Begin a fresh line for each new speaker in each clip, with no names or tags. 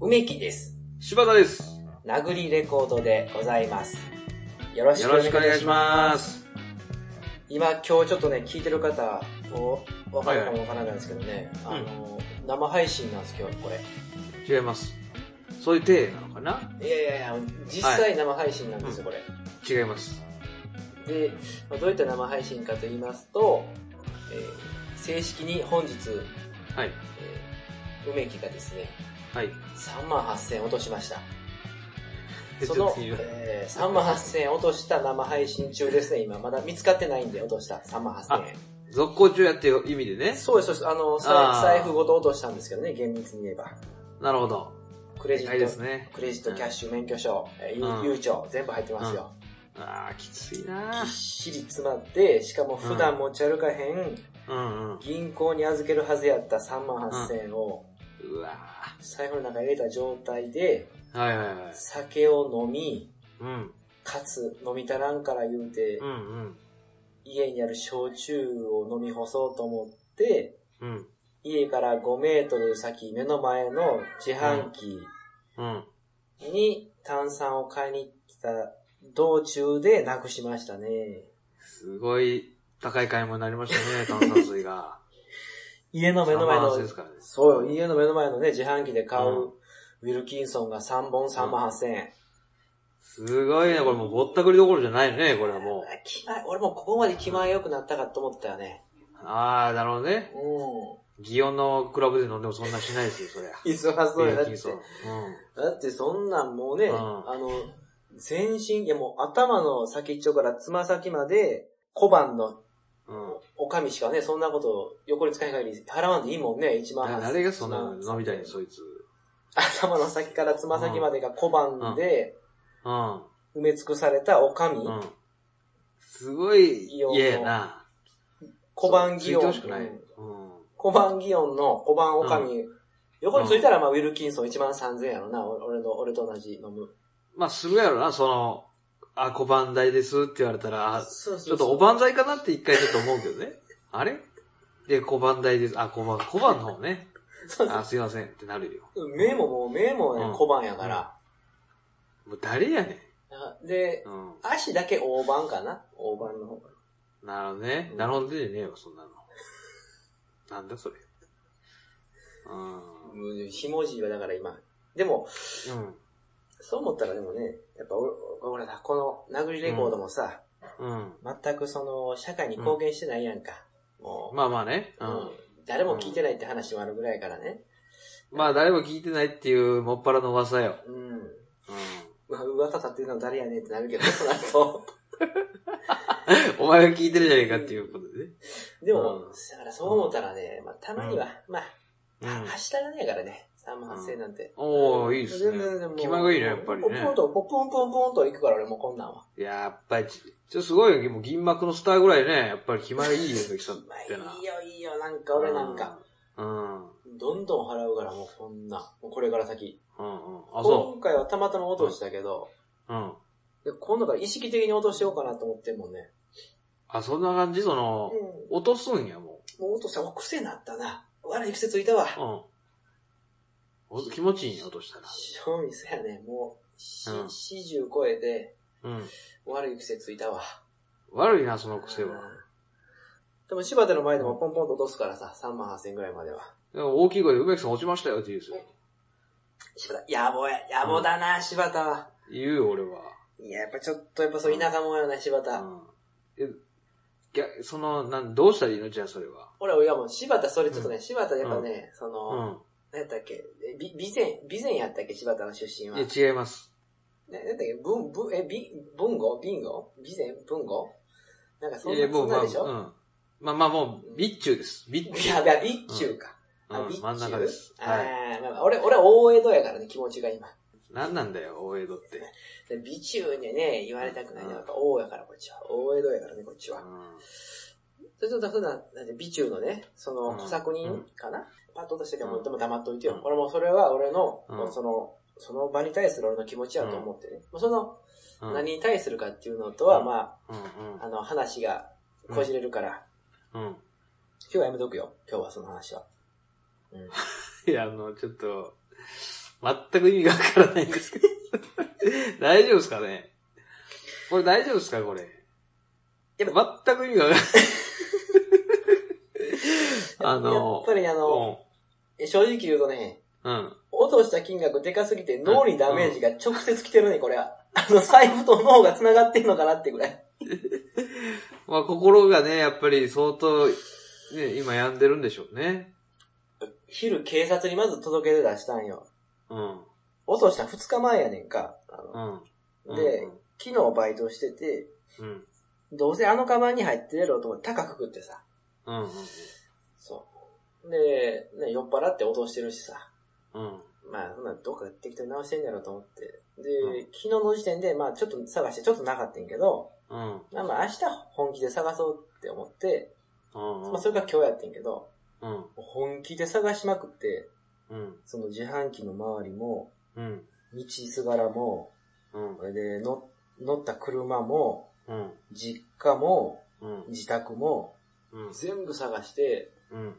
梅木です。
柴田です。
殴りレコードでございます。よろし
よ
くお
ろ
願い
し
し
くお
ま
願い
す。
します。
今今日ちょっとね、聞いてる方、おわかるかもわからないんですけどね、
はいはい
あの、生配信なんです今日、これ。
違います。そういう体なのかない
やいやいや、実際生配信なんですよ、こ
違います。
れ。で、まあどういった生配信かと言いますと、えー正式に本日、
はい。
えー梅木がですね、
はい。
3万8000円落としました。そ
ちょっ
の
と、言う
えー、3万8000円落とした生配信中ですね、今。まだ見つかってないんで落とした3万8000円。
続行中やっていう意味でね。
そうです、そうです。あの、
あ
財財
ー
布ごと落としたんですけどね、厳密に言えば。
なるほど。
クレジ
で
ッ
かいです
ト、
ね。
クレジット、キャッシュ、免許証、えーゆ
うん
ゆうちょ、全部入ってますよ。
ああ、きつい
ぎ
な
っしり詰まって、しかも普段持ち歩かへん、
うんうん。
銀行に預けるはずやった3万8000円を、
うわ
財布の中に入れた状態で、
ーはいはいはい。
酒を飲み、
うん。
かつ飲み足らんから言うて、
うんうん。
家にある焼酎を飲み干そうと思って、
うん。
家から5メートル先、目の前の自販機
うん。
に炭酸を買いに来た道中でなくしましたね。
すごい高い買い物になりましたね、炭酸水 が。
家の目の前
炭
の
酸水、ですからね。
そうよ、家の目の前のね、自販機で買
うん
う、ウィルキンソンが3本3万8000円。
すごいね、これもうぼったくりどころじゃないね、これはもう。
あ気前、俺もうここまで気前良くなったかと思ったよね。
ああ、なるほどね。
う
祇園のクラブで飲んでもそんなしないですよ、そりゃ。
ん。忙しそうやなって。
そう。うん。
だってそんなんもうね、
うん
あの、全身、いやもう頭の先っちょからつま先まで、小判の
うん。
おかみしかね、そんなこと横に使えない限り払わんでいいもんね、一万
だ
八
誰がそんなの飲みたいねん、そいつ。
頭の先からつま先までが小判で
うん。
埋め尽くされたおかみ、
うん。すごい嫌やな。
小判
つい
祇
て
園
ほしくない。うん。
小判祇園の小判おかみ、横についたらまあウィルキンソン1万3000円やろな、お俺の、俺と同じ飲む。
まあ、するやろな、その、あ、小判台ですって言われたら、あ
そう
ちょっとおばんざいかなって一回ちょっと思うけどね。あれで、小判台です。あ、小判、小判の方ね。
そう
あ、すいませんってなるよ。
目ももう、目もね
うん
小判やから。
もう誰やね
で、
ん。う
足だけ大判かな大判の方が。
ん。なるほどね。なるほどでねえよ、そんなの。なんだそれ。うん。
うんひもじいはだから今。でも、
うん。
そう思ったらでもね、やっぱ俺、俺らこの殴りレコードもさ、
うん。
全くその、社会に貢献してないやんか。もう、
まあまあね。う
うん
ん。
誰も聞いてないって話もあるぐらいからね。
まあ誰も聞いてないっていうもっぱらの噂よ。
うん。
うん。
まあ、噂立ってるの誰やねんってなるけど、 その後。
お前が聞いてるじゃねえかっていうことでね。
でも、
うん
だからそう思ったらね、まあ、たまには、まあ、
う
は
ん。
はしたがないからね、3万8000なんて。
おー、いいです
全然全然
ね
も。う
気前がいいね、やっぱり
ポ
ね
ン。ポンと、ポンポンポンと行くから俺もうこんなんは。
やっぱり、ちちょ、すごいよ、もう銀幕のスターぐらいね、やっぱり気前いいよ、鈴木さんっ
まあ、
てな。
いいよいいよ、なんか俺なんか。
うん。うん。
どんどん払うからもうこんな、もうこれから先。
うんうん。あ、そ
今回はたまたま落としたけど、
う。うん。
で今度から意識的に落としようかなと思ってんもんね。
あ、そんな感じそ
うん
の、。落とすんや、も
もう落とした、お癖になったな。悪い癖ついたわ。
う。うんお。気持ちいいんや、落としたら。
正味そやね、もう、し
うん
四十超えて、
うん。
悪い癖ついたわ。
悪いな、その癖
う
は。
んでも柴田の前でもポンポンと落とすからさ、3万8000円ぐらいまでは。
でも大きい声で、梅木さん落ちましたよって言うんですよ。
柴田、野暮や、野暮だな、柴田は。
言うよ、俺は。
いや、やっぱちょっと、やっぱそう田舎もんやな、柴田。
うん。え、ぎゃその、なん、どうしたらいいのじゃあ、それは。
俺は、いやもう柴田、それちょっとね、柴田やっぱね、その、
う
何やったっけえび、備前、備前やったっけ柴田の出身は。
ん。
ね、
いや、違います。
何やったっけ文、文、え、び、文語ビンゴ備前文語なんかそん
いや
な、そん
ま
な
あ、
でしょ、
うん。まあまあ、もう、備中です。備
い
中。
や、いや、備中か。
う
あ
ん、
備
真ん中です。
あ
は
ーまあまあ、俺、俺は大江戸やからね、気持ちが今。
い。なんなんだよ、大江戸って。
で備中にね、言われたくないの
うん
やっぱ大やから、こっちは。大江戸やからね、こっち
う
は。
ん。
それと、だふな、なんで備中のね、その、
うん
小作人かな、パッと落としてから、も
う
うんでも黙っといてよ。
うん
俺もそれは俺の、
うん
その、その場に対する俺の気持ちやと思ってね。もうその、
うん
何に対するかっていうのとは、
うん
ま
うん
あ、あの、話がこじれるから、
うん。うん。
今日はやめとくよ。今日はその話は。うん。
いや、あの、ちょっと、全く意味がわからないんですけど。 大丈夫ですかねこれ大丈夫ですかこれ。
やっ
全く意味がわ からない。あ
やっ
の、
ぱりあの、
も
正直言うとね、
う、うん。
落とした金額でかすぎて脳にダメージが直接来てるね、これは。あの、財布と脳が繋がってんのかなってぐらい。
まあ心がね、やっぱり相当、ね、今病んでるんでしょうね。
昼警察にまず届け出出したんよ。
うん。
落とした2日前やねんか。あの
うん。うん
で、昨日バイトしてて、
うん。
どうせあのカバンに入ってるやろうと思って高くくってさ。
うん。うん。
そう。で、ね、酔っ払って落としてるしさ。
うん。
まあ、そんなどっか適当に直してんやろうと思って。で、
うん
昨日の時点で、まあちょっと探して、ちょっとなかったんやけど、
うん。
まあまあ明日本気で探そうって思って、
うん。
まあそれが今日やってんけど、
うん。
本気で探しまくって、
うん。
その自販機の周りも、
うん。
道すがらも、
うん
こ。れで乗乗った車も、
うん。
実家も、
うん。
自宅も、
うん。
全部探して、
うん。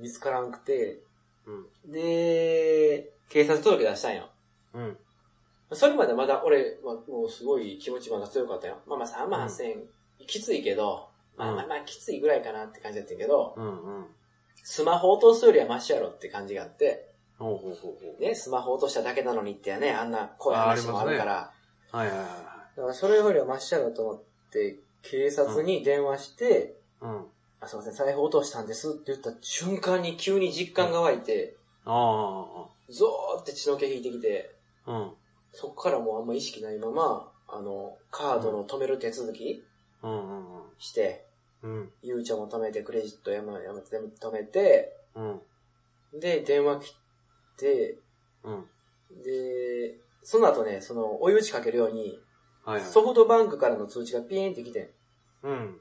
見つからんくて、
うん。
で、警察届け出したんよ。
うん。
それまでまだ俺はもうすごい気持ちまだ強かったよ。まあまあ3万8000円、きついけど、まあまあまあきついぐらいかなって感じだったけど、
うん。うん。
スマホ落とすよりはマシやろって感じがあって、
ほうほうほうほ
ね、スマホ落としただけなのにってね、あんな怖い話もあるから、
う。はいはいは
だからそれよりはマシやろと思って、警察に電話して、
い。うん。
あすいません、財布落としたんですって言った瞬間に急に実感が湧いて、
あ
ゾーって血の気引いてきて、
あ。うん。
そこからもうあんま意識ないまま、あの、カードの止める手続き
うん。うん。
して、
うん。
ゆうちゃんも止めて、クレジットやま、やま、全部止めて、
うん。
で、電話切って、
うん。
で、その後ね、その、追い打ちかけるように、
はいはい。
ソフトバンクからの通知がピーンって来てん、
うん。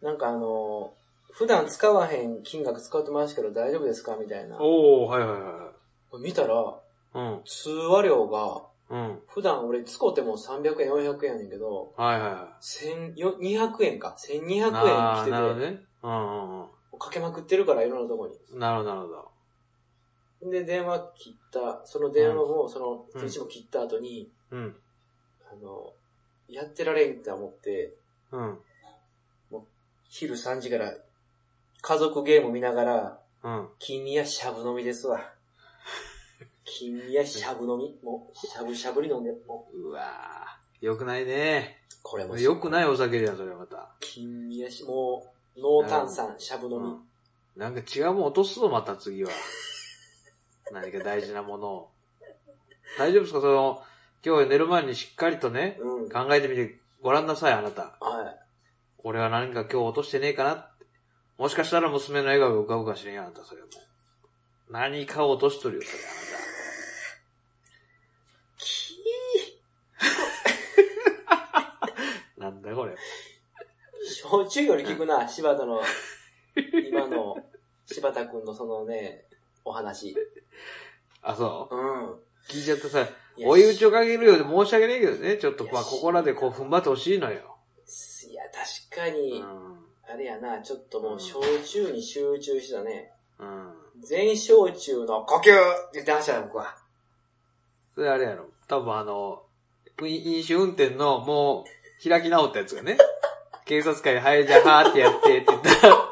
なんかあの、普段使わへん金額使ってますけど大丈夫ですかみたいな。
おおはいはいは
見たら、
い。うん。
通話料が、
うん。
普段俺使っても300円、400円やねんけど、
はいはいは
千よ200円か。1200円
い。ああ、なる
来
ほど
てて、
ね。うんうん
かけまくってるから、いろんなとこに。
うん。なるほどなるほど。
で、電話切った、その電話も、その、
うん
通知も切った後に、
うん。
あの、やってられんって思って、
うん。
昼3時から、家族ゲーム見ながら、
うん。
金やしゃぶ飲みですわ。 金やしゃぶ飲みもう、しゃぶしゃぶに飲んで、もう、
うわーよくないね。
これも、
よくないお酒じゃん、それはまた。
金やし、もう、濃炭酸、しゃぶ飲み。
うん。なんか違うもん落とすぞ、また次は。 何か大事なものを。大丈夫ですかその、今日寝る前にしっかりとね、
うん。はい。
考えてみてごらんなさい、あなた。俺は何か今日落としてねえかなって。もしかしたら娘の笑顔が浮かぶかもしれんよ、あなた、それも。何かを落としとるよ、それ、
き
あなた。なんだこれ。
焼酎より聞くな、柴田の、今の、柴田くんのそのね、お話。
あ、そう。
うん。
聞いちゃったさ、
いや
追い打ちをかけるようで申し訳ないけどね、ちょっとまあ、ここらでこう踏ん張ってほしいのよ。
いや、確か
う
に、
ん。
あれやな、ちょっともう、焼酎に集中してたね。
うん。
全焼酎の呼吸って言ってましたよ、僕は。
それあれやろ。多分あの、い飲酒運転のもう、開き直ったやつがね、警察官に、はい、じゃあ、はーってやって、って言ったら、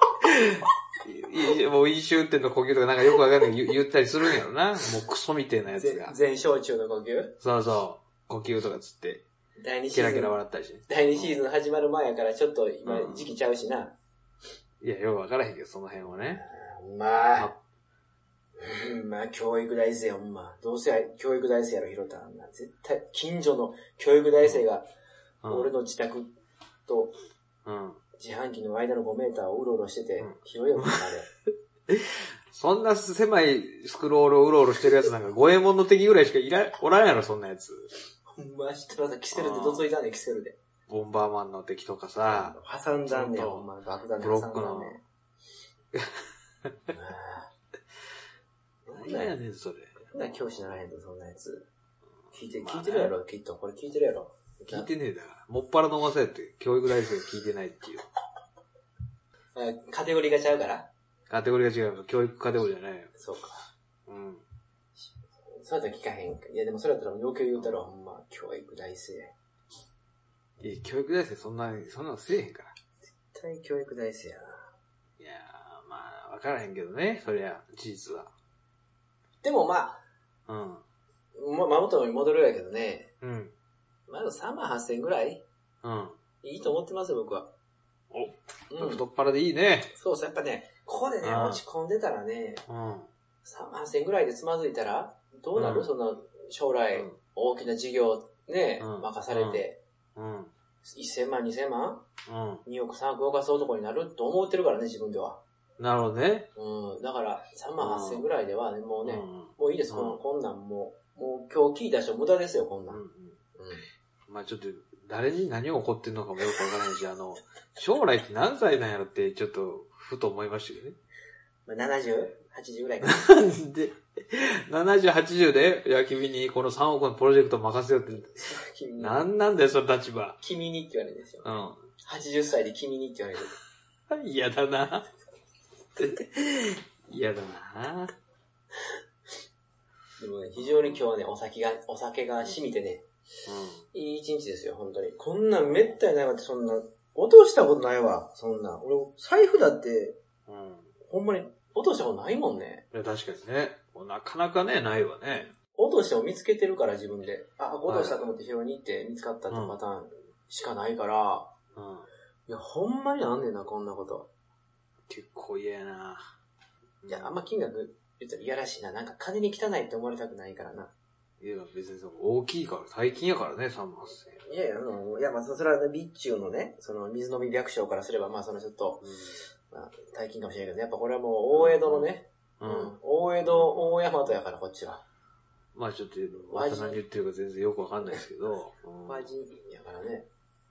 いいもう飲酒運転の呼吸とかなんかよくわかんないけど言言ったりするんやろな。もうクソみたいなやつ
全
が。
全焼酎の呼吸
そうそう。呼吸とかつって、
第2シ
キ
ー
ラ
ズ
キラ
ン。
笑ったりして。
第2シーズン始まる前やから、ちょっと今
う、ん
時期ちゃうしな。
いや、よくわからへんけど、その辺はね。
まあ
あ、
うんまあ、教育大生や、ほんま。どうせや、教育大生やろ、ひろたんな。絶対、近所の教育大生が、
うん
俺の自宅と
うん。
自販機の間の5メーターをうろうろしてて
うん、
広いよ、ほんまあれ。
そんな狭いスクロールをうろうろしてるやつなんか、五右衛門の敵ぐらいしかいら、 おらんやろ、そんなやつ。
ほんま、知ってますキセルでどついたね、キセルで。
ボンバーマンの敵とかさ。
挟んだんね
ち
や、
ゃんと
ほんま。爆弾で
ブ
挟
ロ
んだ
ック
ん
の
ね。
何やねん、それ。
なんだ教師ならへんと、そんなやつ。聞いて、
まあ
聞
ね
いてるやろ、きっと。これ聞いてるやろ。
聞いてねえだから。もっぱら飲ませって、教育大生が聞いてないっていう。
あカテゴリーがちゃうから
カテゴリーが違うから教育カテゴリーじゃないよ。
そうか。
うん。
そうやったら聞かへんか。いや、でもそれやったら要求言うたら、ほんま、教育大生。
いや、教育大生そんな、そんなのせえへんから。
絶対教育大生やな。
いやー、まあ、わからへんけどね、そりゃ、事実は。
でもまあ、
うん。
ま、まもとに戻るやけどね、
うん。
まだ3万8000ぐらい
うん。
いいと思ってますよ、僕は。おうん。
太っ腹でいいね。
そうそう、やっぱね、ここでね、
うん
落ち込んでたらね、
うん。
3万8000ぐらいでつまずいたら、どうなる、
うん
その、将来、大きな事業ね、
うん
任されて、
うん。
1000万、2000万
うん。
2億3億動かす男になると思ってるからね、自分では。
なるほどね。
うん。だから、3万8000ぐらいではね、もうね、
うん
もういいです、こ
うん
のこんなんもう、もう今日聞いた人無駄ですよ、こんな。
うんん
うん。
うん。まあちょっと、誰に何を怒ってんのかもよくわからへんし、あの、将来って何歳なんやろって、ちょっと、ふと思いましたけ
まあ、70?80 ぐらいかな。
どね。で、70、80で、いや、君にこの3億のプロジェクトを任せようって、
君に。
なんなんだよ、その立場。
君にって言われるんですよ。
うん。
80歳で君にって言われる。
嫌だ な。嫌だな。
でもね、非常に今日はね、お酒が、お酒が染みてね、
う
いい一日ですよ、本当に。こんなんめったにないわって、そんな、落としたことないわ、そんなん。俺、財布だって、
ん。うん。
ほんまに、落としたことないもんね。
いや、確かにね。もうなかなかね、ないわね。
落としても見つけてるから、自分で。あ、落としたと思って拾いに行って見つかったってパターンしかないから、
うん。
いや、ほんまにあんねんな、こんなこと。
結構嫌やな。
いや、あんま金額言ったらいやらしいな。なんか金に汚いって思われたくないからな。
いや、別にその大きいから、最近やからね、3万
いやいや、あのいや、まあ、そそれはね、備中のね、その、水飲み略称からすれば、まあ、そのちょっと、まあ、大金かもしれないけど、やっぱこれはもう、大江戸のね、
う。
うん
うん。
ん、大江戸、大山戸やから、こっちは。
まあちょっと、大人に言ってるか全然よくわかんないですけど。うん
マジやからね。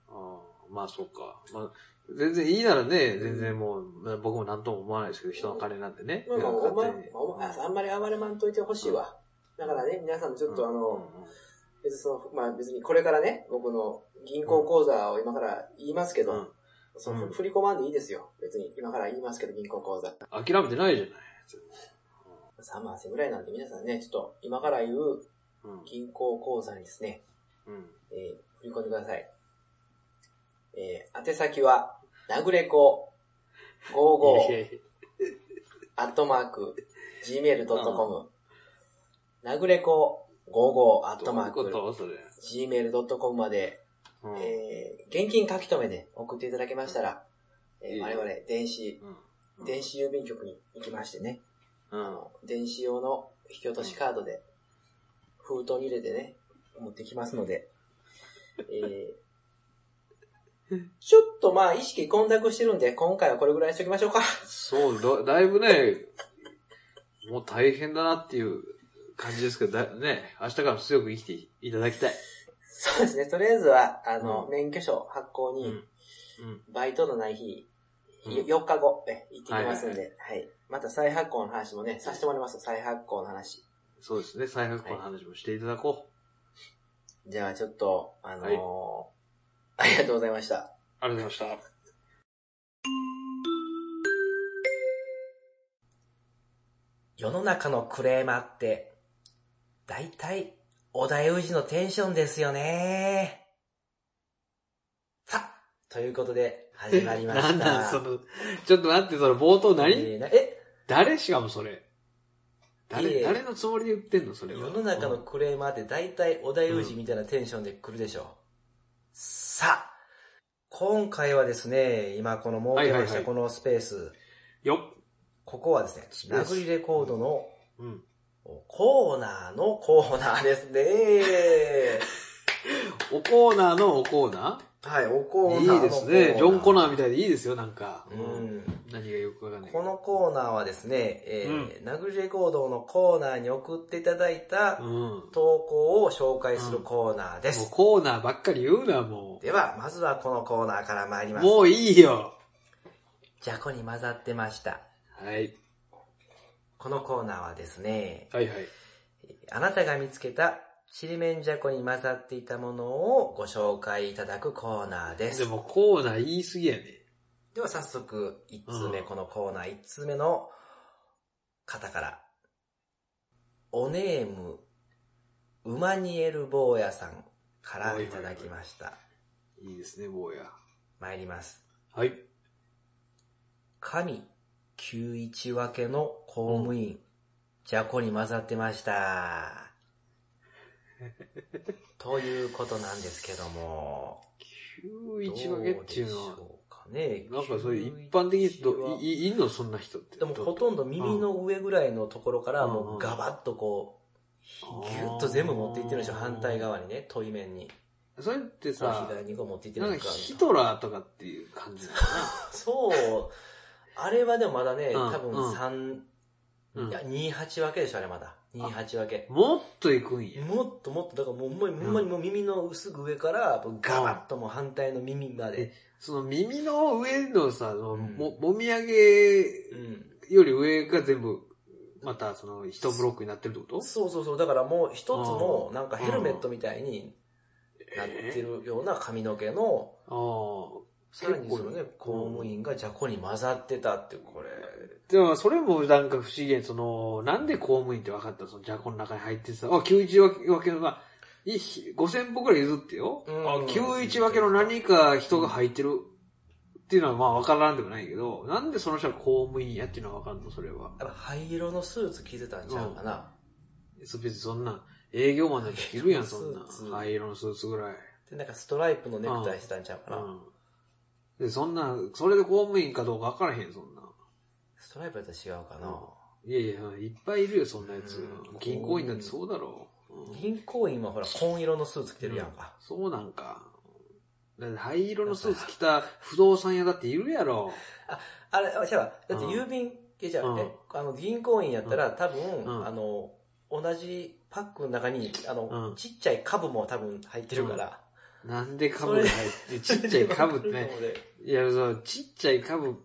ああまあそうか。まあ、全然いいならね、全然もう、まあ僕も何とも思わないですけど、人の金なんてね。
まあまあ、お前、まあお前
勝手に
ああんまり暴れまんといてほしいわ。だからね、皆さんもちょっとあの、、
うん
別にその、まあ別にこれからね、僕の銀行口座を今から言いますけど、
うん
その
うん
ふ振り込まんでいいですよ。別に今から言いますけど、銀行口座。
諦めてないじゃない。
3万円ぐらいなんで皆さんね、ちょっと今から言う
うん。
銀行口座にですね、
うん。
えー振り込んでください。えー宛先は、なぐれこ
いや
55
いやい
アットマーク gmail.com なぐれこ55ア
や
ットマー
どういう
ク
ことそれ。
gmail.com まで
うん
えー現金書き留めで送っていただけましたら、え
いい
ー
よ
我々、電子、
うん
電子郵便局に行きましてね、
うん。
電子用の引き落としカードで、封筒に入れてね、持ってきますの で、えーちょっとまあ意識混濁してるんで、今回はこれぐらいにしときましょうか。
そう、だだいぶね、もう大変だなっていう感じですけど、だね、明日から強く生きていただきたい。
そうですね、とりあえずは、あの、
うん
免許証発行
うん。う
に、
ん。
バイトのない日、
うん
4日後、え、行ってきますんで、はい。また再発行の話もね、させてもらいます。再発行の話。
そうですね、再発行の話もしていただこ
じゃあちょっと、あのーありがとうございました。
う。ありがとうございました。
世の中のクレーマーって、だいたい、お題氏のテンションですよね。さあ、ということで、始まりました。
なんなん、その、ちょっと待って、その冒頭何、
えーなえ、
誰しかもそれ。
い
誰、
え
誰のつもりで言ってんのそれは。
世の中のクレーマーってだいたいお題氏みたいなテンションで来るでしょう。さあ、今回はですね、今この設け
はい
ま
は
し
いは
た
い
このスペース、
よっ。
ここはですね、
スペー
ラ
ス
グリレコードの
うん。
コーナーのコーナーですね。
おコーナーのおコーナ
はい、おコ
ー
ーナーのコーナー。
いいですね。ジョンコナーみたいでいいですよ、なんか。
うん。
何がよくわかんないけど。
このコーナーはですね、えーナグリレコードのコーナーに送っていただいた
うん。
投稿を紹介するコーナーで
もう
す。
コーナーばっかり言うな、も
では、まずはこのコーナーから参り
う。
ます。
もういいよ。
じゃこに混ざってました。
はい。
このコーナーはですね、
はいはい。
あなたが見つけたちりめんじゃこに混ざっていたものをご紹介いただくコーナーです。
でもコーナー言い過ぎやね。
では早速、一通目、
うん
このコーナー一通目の方から。おネーム、ウマニエル坊やさんからいただきました。
いいですね、坊や。
参ります。
はい。
神91分けの公務員、じゃこに混ざってま した。ということなんですけども。
91分けっていうの
どで
は
し、ょうかね。
なんかそういう一般的に
91は
ど、い、いいんのそんな人って。
でもほとんど耳の上ぐらいのところから
うん
もうガバッとこう、
うん
ギュッと全部持っていってるんですよ。
あー
反対側にね、問い面に。
それって
さ
さ
あ、、左にこう持っていってる
なんん
で
か
すか
ヒトラーとかっていう感じなのか
そう。あれはでもまだね、
うん
多分三
うん
いや、28分けでしょ、あれまだ。28分け
な。。もっと行くんや。
もっともっと、だからもうほんまに、ほんまにもう耳の薄ぐ上から、ガバッともう反対の耳まで。
その耳の上のさ、も
うん
ももみあげ
うん。
より上が全部、またその一ブロックになってるってこと
そうそうそう。だからもう一つの、
うん
なんかヘルメットみたいになってるような髪の毛の、
ああ。
さらにそのね
結、構
公務員がじゃこに混ざってたって、これ。
でも、それもなんか不思議やその、なんで公務員って分かったのその、じゃあこの中に入ってさ、あ、91分けのが、いし5000歩くらい譲ってよ。あ
うん、
91分けの何か人が入ってるっていうのはまあ分からんでもないけど、なんでその人が公務員やっていうのは分かんのそれは。
やっぱ灰色のスーツ着てたんちゃうかな。
別にそんな、営業マンなんて着るやん、そんな
スーツ。
灰色のスーツぐらい。
で、なんかストライプのネクタイしてたんちゃうか
う
な。
ん。で、そんな、それで公務員かどうか分からへん、そんな。
ストライプやったら違うかな。
いやいや、いっぱいいるよ、そんなやつ
うん。
銀行員だってそうだろう。うん
銀行員はほら、紺色のスーツ着てるやんか。
そうなんか。だって灰色のスーツ着た不動産屋だっているやろ。
あれ、あじゃあ、だって郵便系じゃん、
うん
えあの、銀行員やったら多分、
うん
あの、同じパックの中に、あの、
うん
ちっちゃい株も多分入ってるから。
なんで株が入って、ちっちゃい株ってね。いや、そう、ちっちゃい株、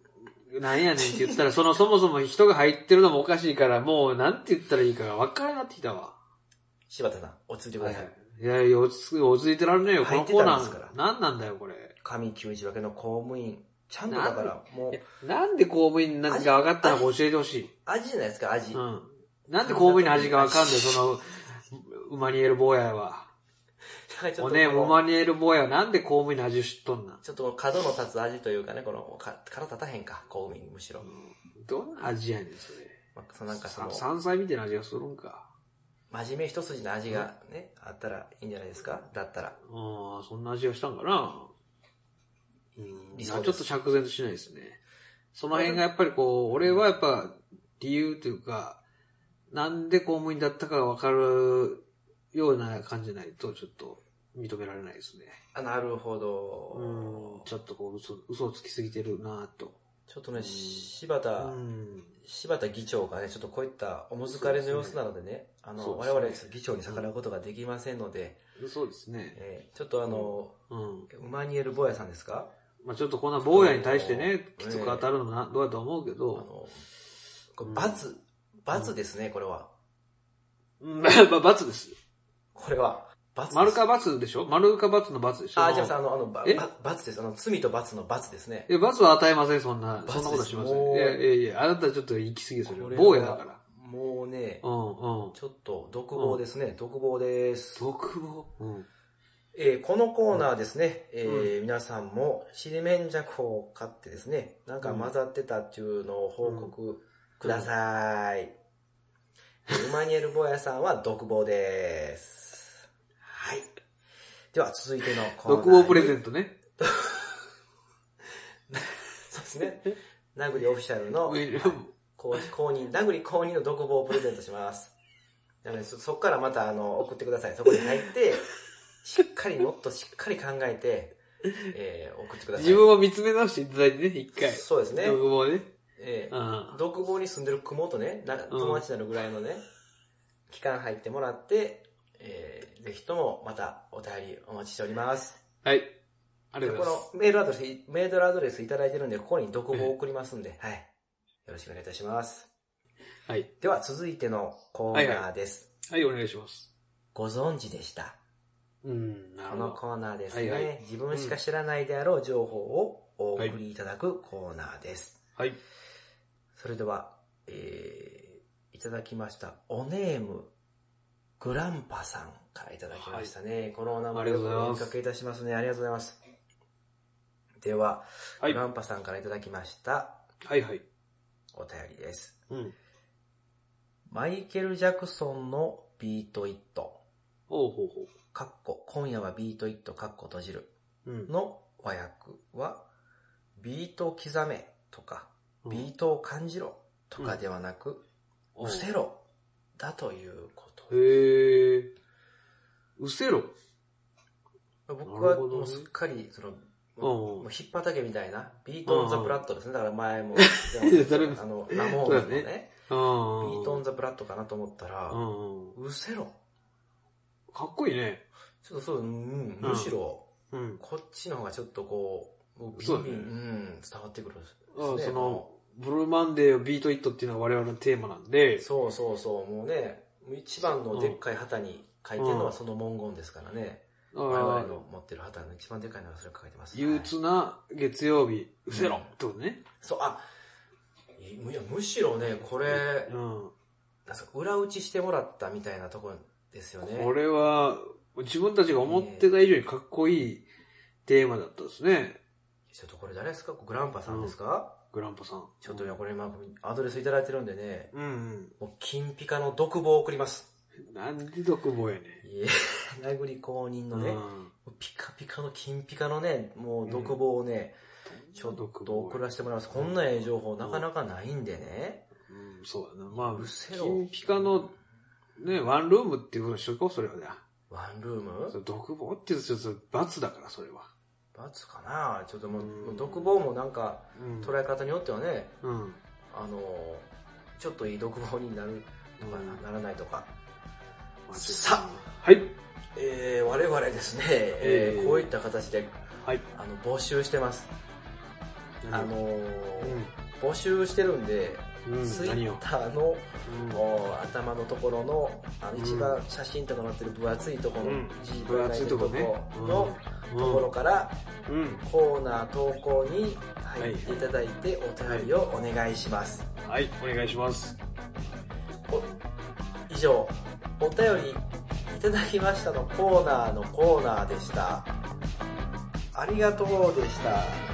なんやねんって言ったら、そのそもそも人が入ってるのもおかしいから、もうなんて言ったらいいかが分からなくなってきたわ。
柴田さん、落ち着いてく
は
だ
い
さい。
いやいや、落ち着く落ち着いてられねえよ、こ
入っ
の
て
コー
たん
ナ
ですから
ー。なんなんだよ、これ。
神九一分けの公務員。ちゃんとだから、も
いや
う、
なんで公務員なんか分かったのか教えてほしい。
味じゃないですか、味。
うん。なんで公務員の味が分かんない、その、ウマニエル坊やは。おねえ、
も
ウマニエル坊やはなんで公務員の味を知っとんなん
ちょっとこの角の立つ味というかね、この、か殻立たへんか、公務員むしろ。
どんな味やねん、それ。
まあ、そのなんかそ
さ
の、
山菜みたいな味がするんか。
真面目一筋の味がね、あったらいいんじゃないですかだったら。
ああ、そんな味がしたんかな。うん。
理
ち
想
ょっ
で
と
す
釈然としないですね。その辺がやっぱりこう、俺はやっぱ理由というか、なんで公務員だったかがわかるような感じじゃないと、ちょっと認められないですね。
あ、なるほど。
うん。ちょっとこう、嘘、嘘をつきすぎてるなぁと。
ちょっとね、
うん
柴
う
田、
ん。
柴田議長がね、ちょっとこういったお難れの様子なのでね、あの、
そうです
我
ね
々議長に逆らうことができませんので、
そうですね。
えーちょっとあの、
うん。
ウマニエル・ボヤさんですか
まあちょっとこんな坊やに対してね、
ち
き
ょっと
つく当たるのもな、どうやと思うけ
あ
ど、
の、これ罰、罰ですね、これは。
うん、 まあ、罰です。
これは、罰です。
丸か罰でしょ丸か罰の罰でしょ
あ、じゃあさ、あの、あの、ば
え
ば罰です。あの、罪と罰の罰ですね。
いや、罰は与えません、そんな。
罰です
そんなことしません。
もう
いやいやいや、あなたちょっと行き過ぎです
こ
よ。
れは
坊やだから。
もうね
う、んうん。
ちょっと、独房ですね。独房です。
独房うん。
えーこのコーナーですね、えー
う
皆さんも、ちりめんじゃこを買ってですね、なんか混ざってたっていうのを報告ください。えーウマニエル坊やさんは独房です。はい。では、続いてのコーナーに。
独房プレゼントね。
そうですね。ナグリオフィシャルの
うん
公公認、ナグリ公認の独房をプレゼントします。なので、そそこからまた、あの、送ってください。そこに入 って、しっかり、もっとしっかり考えて、えー送ってください。
自分を見つめ直していただいてね、一回。
そうですね。
独房ね。
え
う
え
ん。
独房に住んでる雲とね、な友達になるぐらいのね、期間入ってもらって、えーぜひともまたお便りお待ちしております。
はい。あり
で
が
こ
とうござい
の
ま
メールアドレス、メールアドレスいただいてるんで、ここに独房を送りますんで、はい。よろしくお願いいたします。
す。はい。
では続いてのコーナーです。
はい、お願いします。
ご存知でした。
うん、な
こ
る
の
ほ
コーナーですね、
はいはい
自分しか知らないであろう情報をお送りいただくコーナーです。
ど。はい。
それでは、えー、いただきました、おネーム、グランパさんからいただきましたね。このお名
あ
前
りが
を
とうござい
お
ます
見かけいたしますね。ありがとうございます。では、
はい
グランパさんからいただきました
はいはい。
お便りです。
うん。
マイケル・ジャクソンのビート・イット、
ほうほうほ
かっこ、今夜はビート・イット、かっこ閉じる
う。うん。
の和訳は、ビートを刻めとか、ビートを感じろとかではなく、
うん
うせろだということ。
へえ。うせろ。
僕
なる
は
ほどね
もうすっかり、その、
うん
もう引っ張たけみたいな、ビートオンザブラッドですね。だから前 も、
誰も
あの、ラモーンズの
そうだ
ね、
あ
ビ
あ。
ートオンザブラッドかなと思った
う
ら、
んうん。
うせろ。
かっこいいね。
ちょっとそう、うん、むしろ、
うん。
こっちの方がちょっとこう、もうビ
そう
ン
だ
ビ
ね
ン、うん、伝わってくるんです
ああ
ね
その、ブルーマンデーをビートイットっていうのが我々のテーマなんで、
そうそうそう、もうね、一番のでっかい旗に書いてるのはその文言ですからね。我
あ
々
あ
の持ってる旗の一番でかいのがそれ書いてます。
憂
はい
鬱な月曜日、うせろ
うん
ってことね。
そう、あ、いいや、むしろね、これ、
うん。
なんか裏打ちしてもらったみたいなところですよね。
これは、自分たちが思ってた以上にかっこいいテーマだったですね。
ちょっとこれ誰ですかグランパさんですか、
グランパさん。
ちょっと今これ今、アドレスいただいてるんでね、
うん
もう金ピカの独房を送ります。
うん。なんで独房やねん。
いえ、殴り公認のね、
う
も
ん
うピカピカの金ピカのね、もう独房をね、ちょっ
独
と
房
送らせてもらいます。こんなええ情報なかなかないんでね。
うん、そうだな。まあ、
うっせろ
金ピカの、ね、ワンルームっていうことにしとこう、それはね。
ワンルーム
それ独房って言うとちょっと罰だから、それは。
罰かなちょっともう、
うん
もう独房もなんか、
うん。
捉え方によってはね、
うん。
あのーちょっといい独房になるとかな、
うん
ならないとか。
さはい。
えー、我々ですね、えー
えー
こういった形で、
はい。
あの、募集してます。あのー
う
募集してるんで、
ん、うん、
ツイ
何
ッ
を。
ターの、
うん
おー頭のところの、あの、
うん
一番写真とか載ってる分厚いところの、
うん
字とか
分厚いとこね。
の
うん
ところから、
うん。
コーナー投稿に入っていただいて、お便りをお願いします。
はい、お願いします。
お以上、お便りいただきましたのコーナーのコーナーでした。ありがとうでした。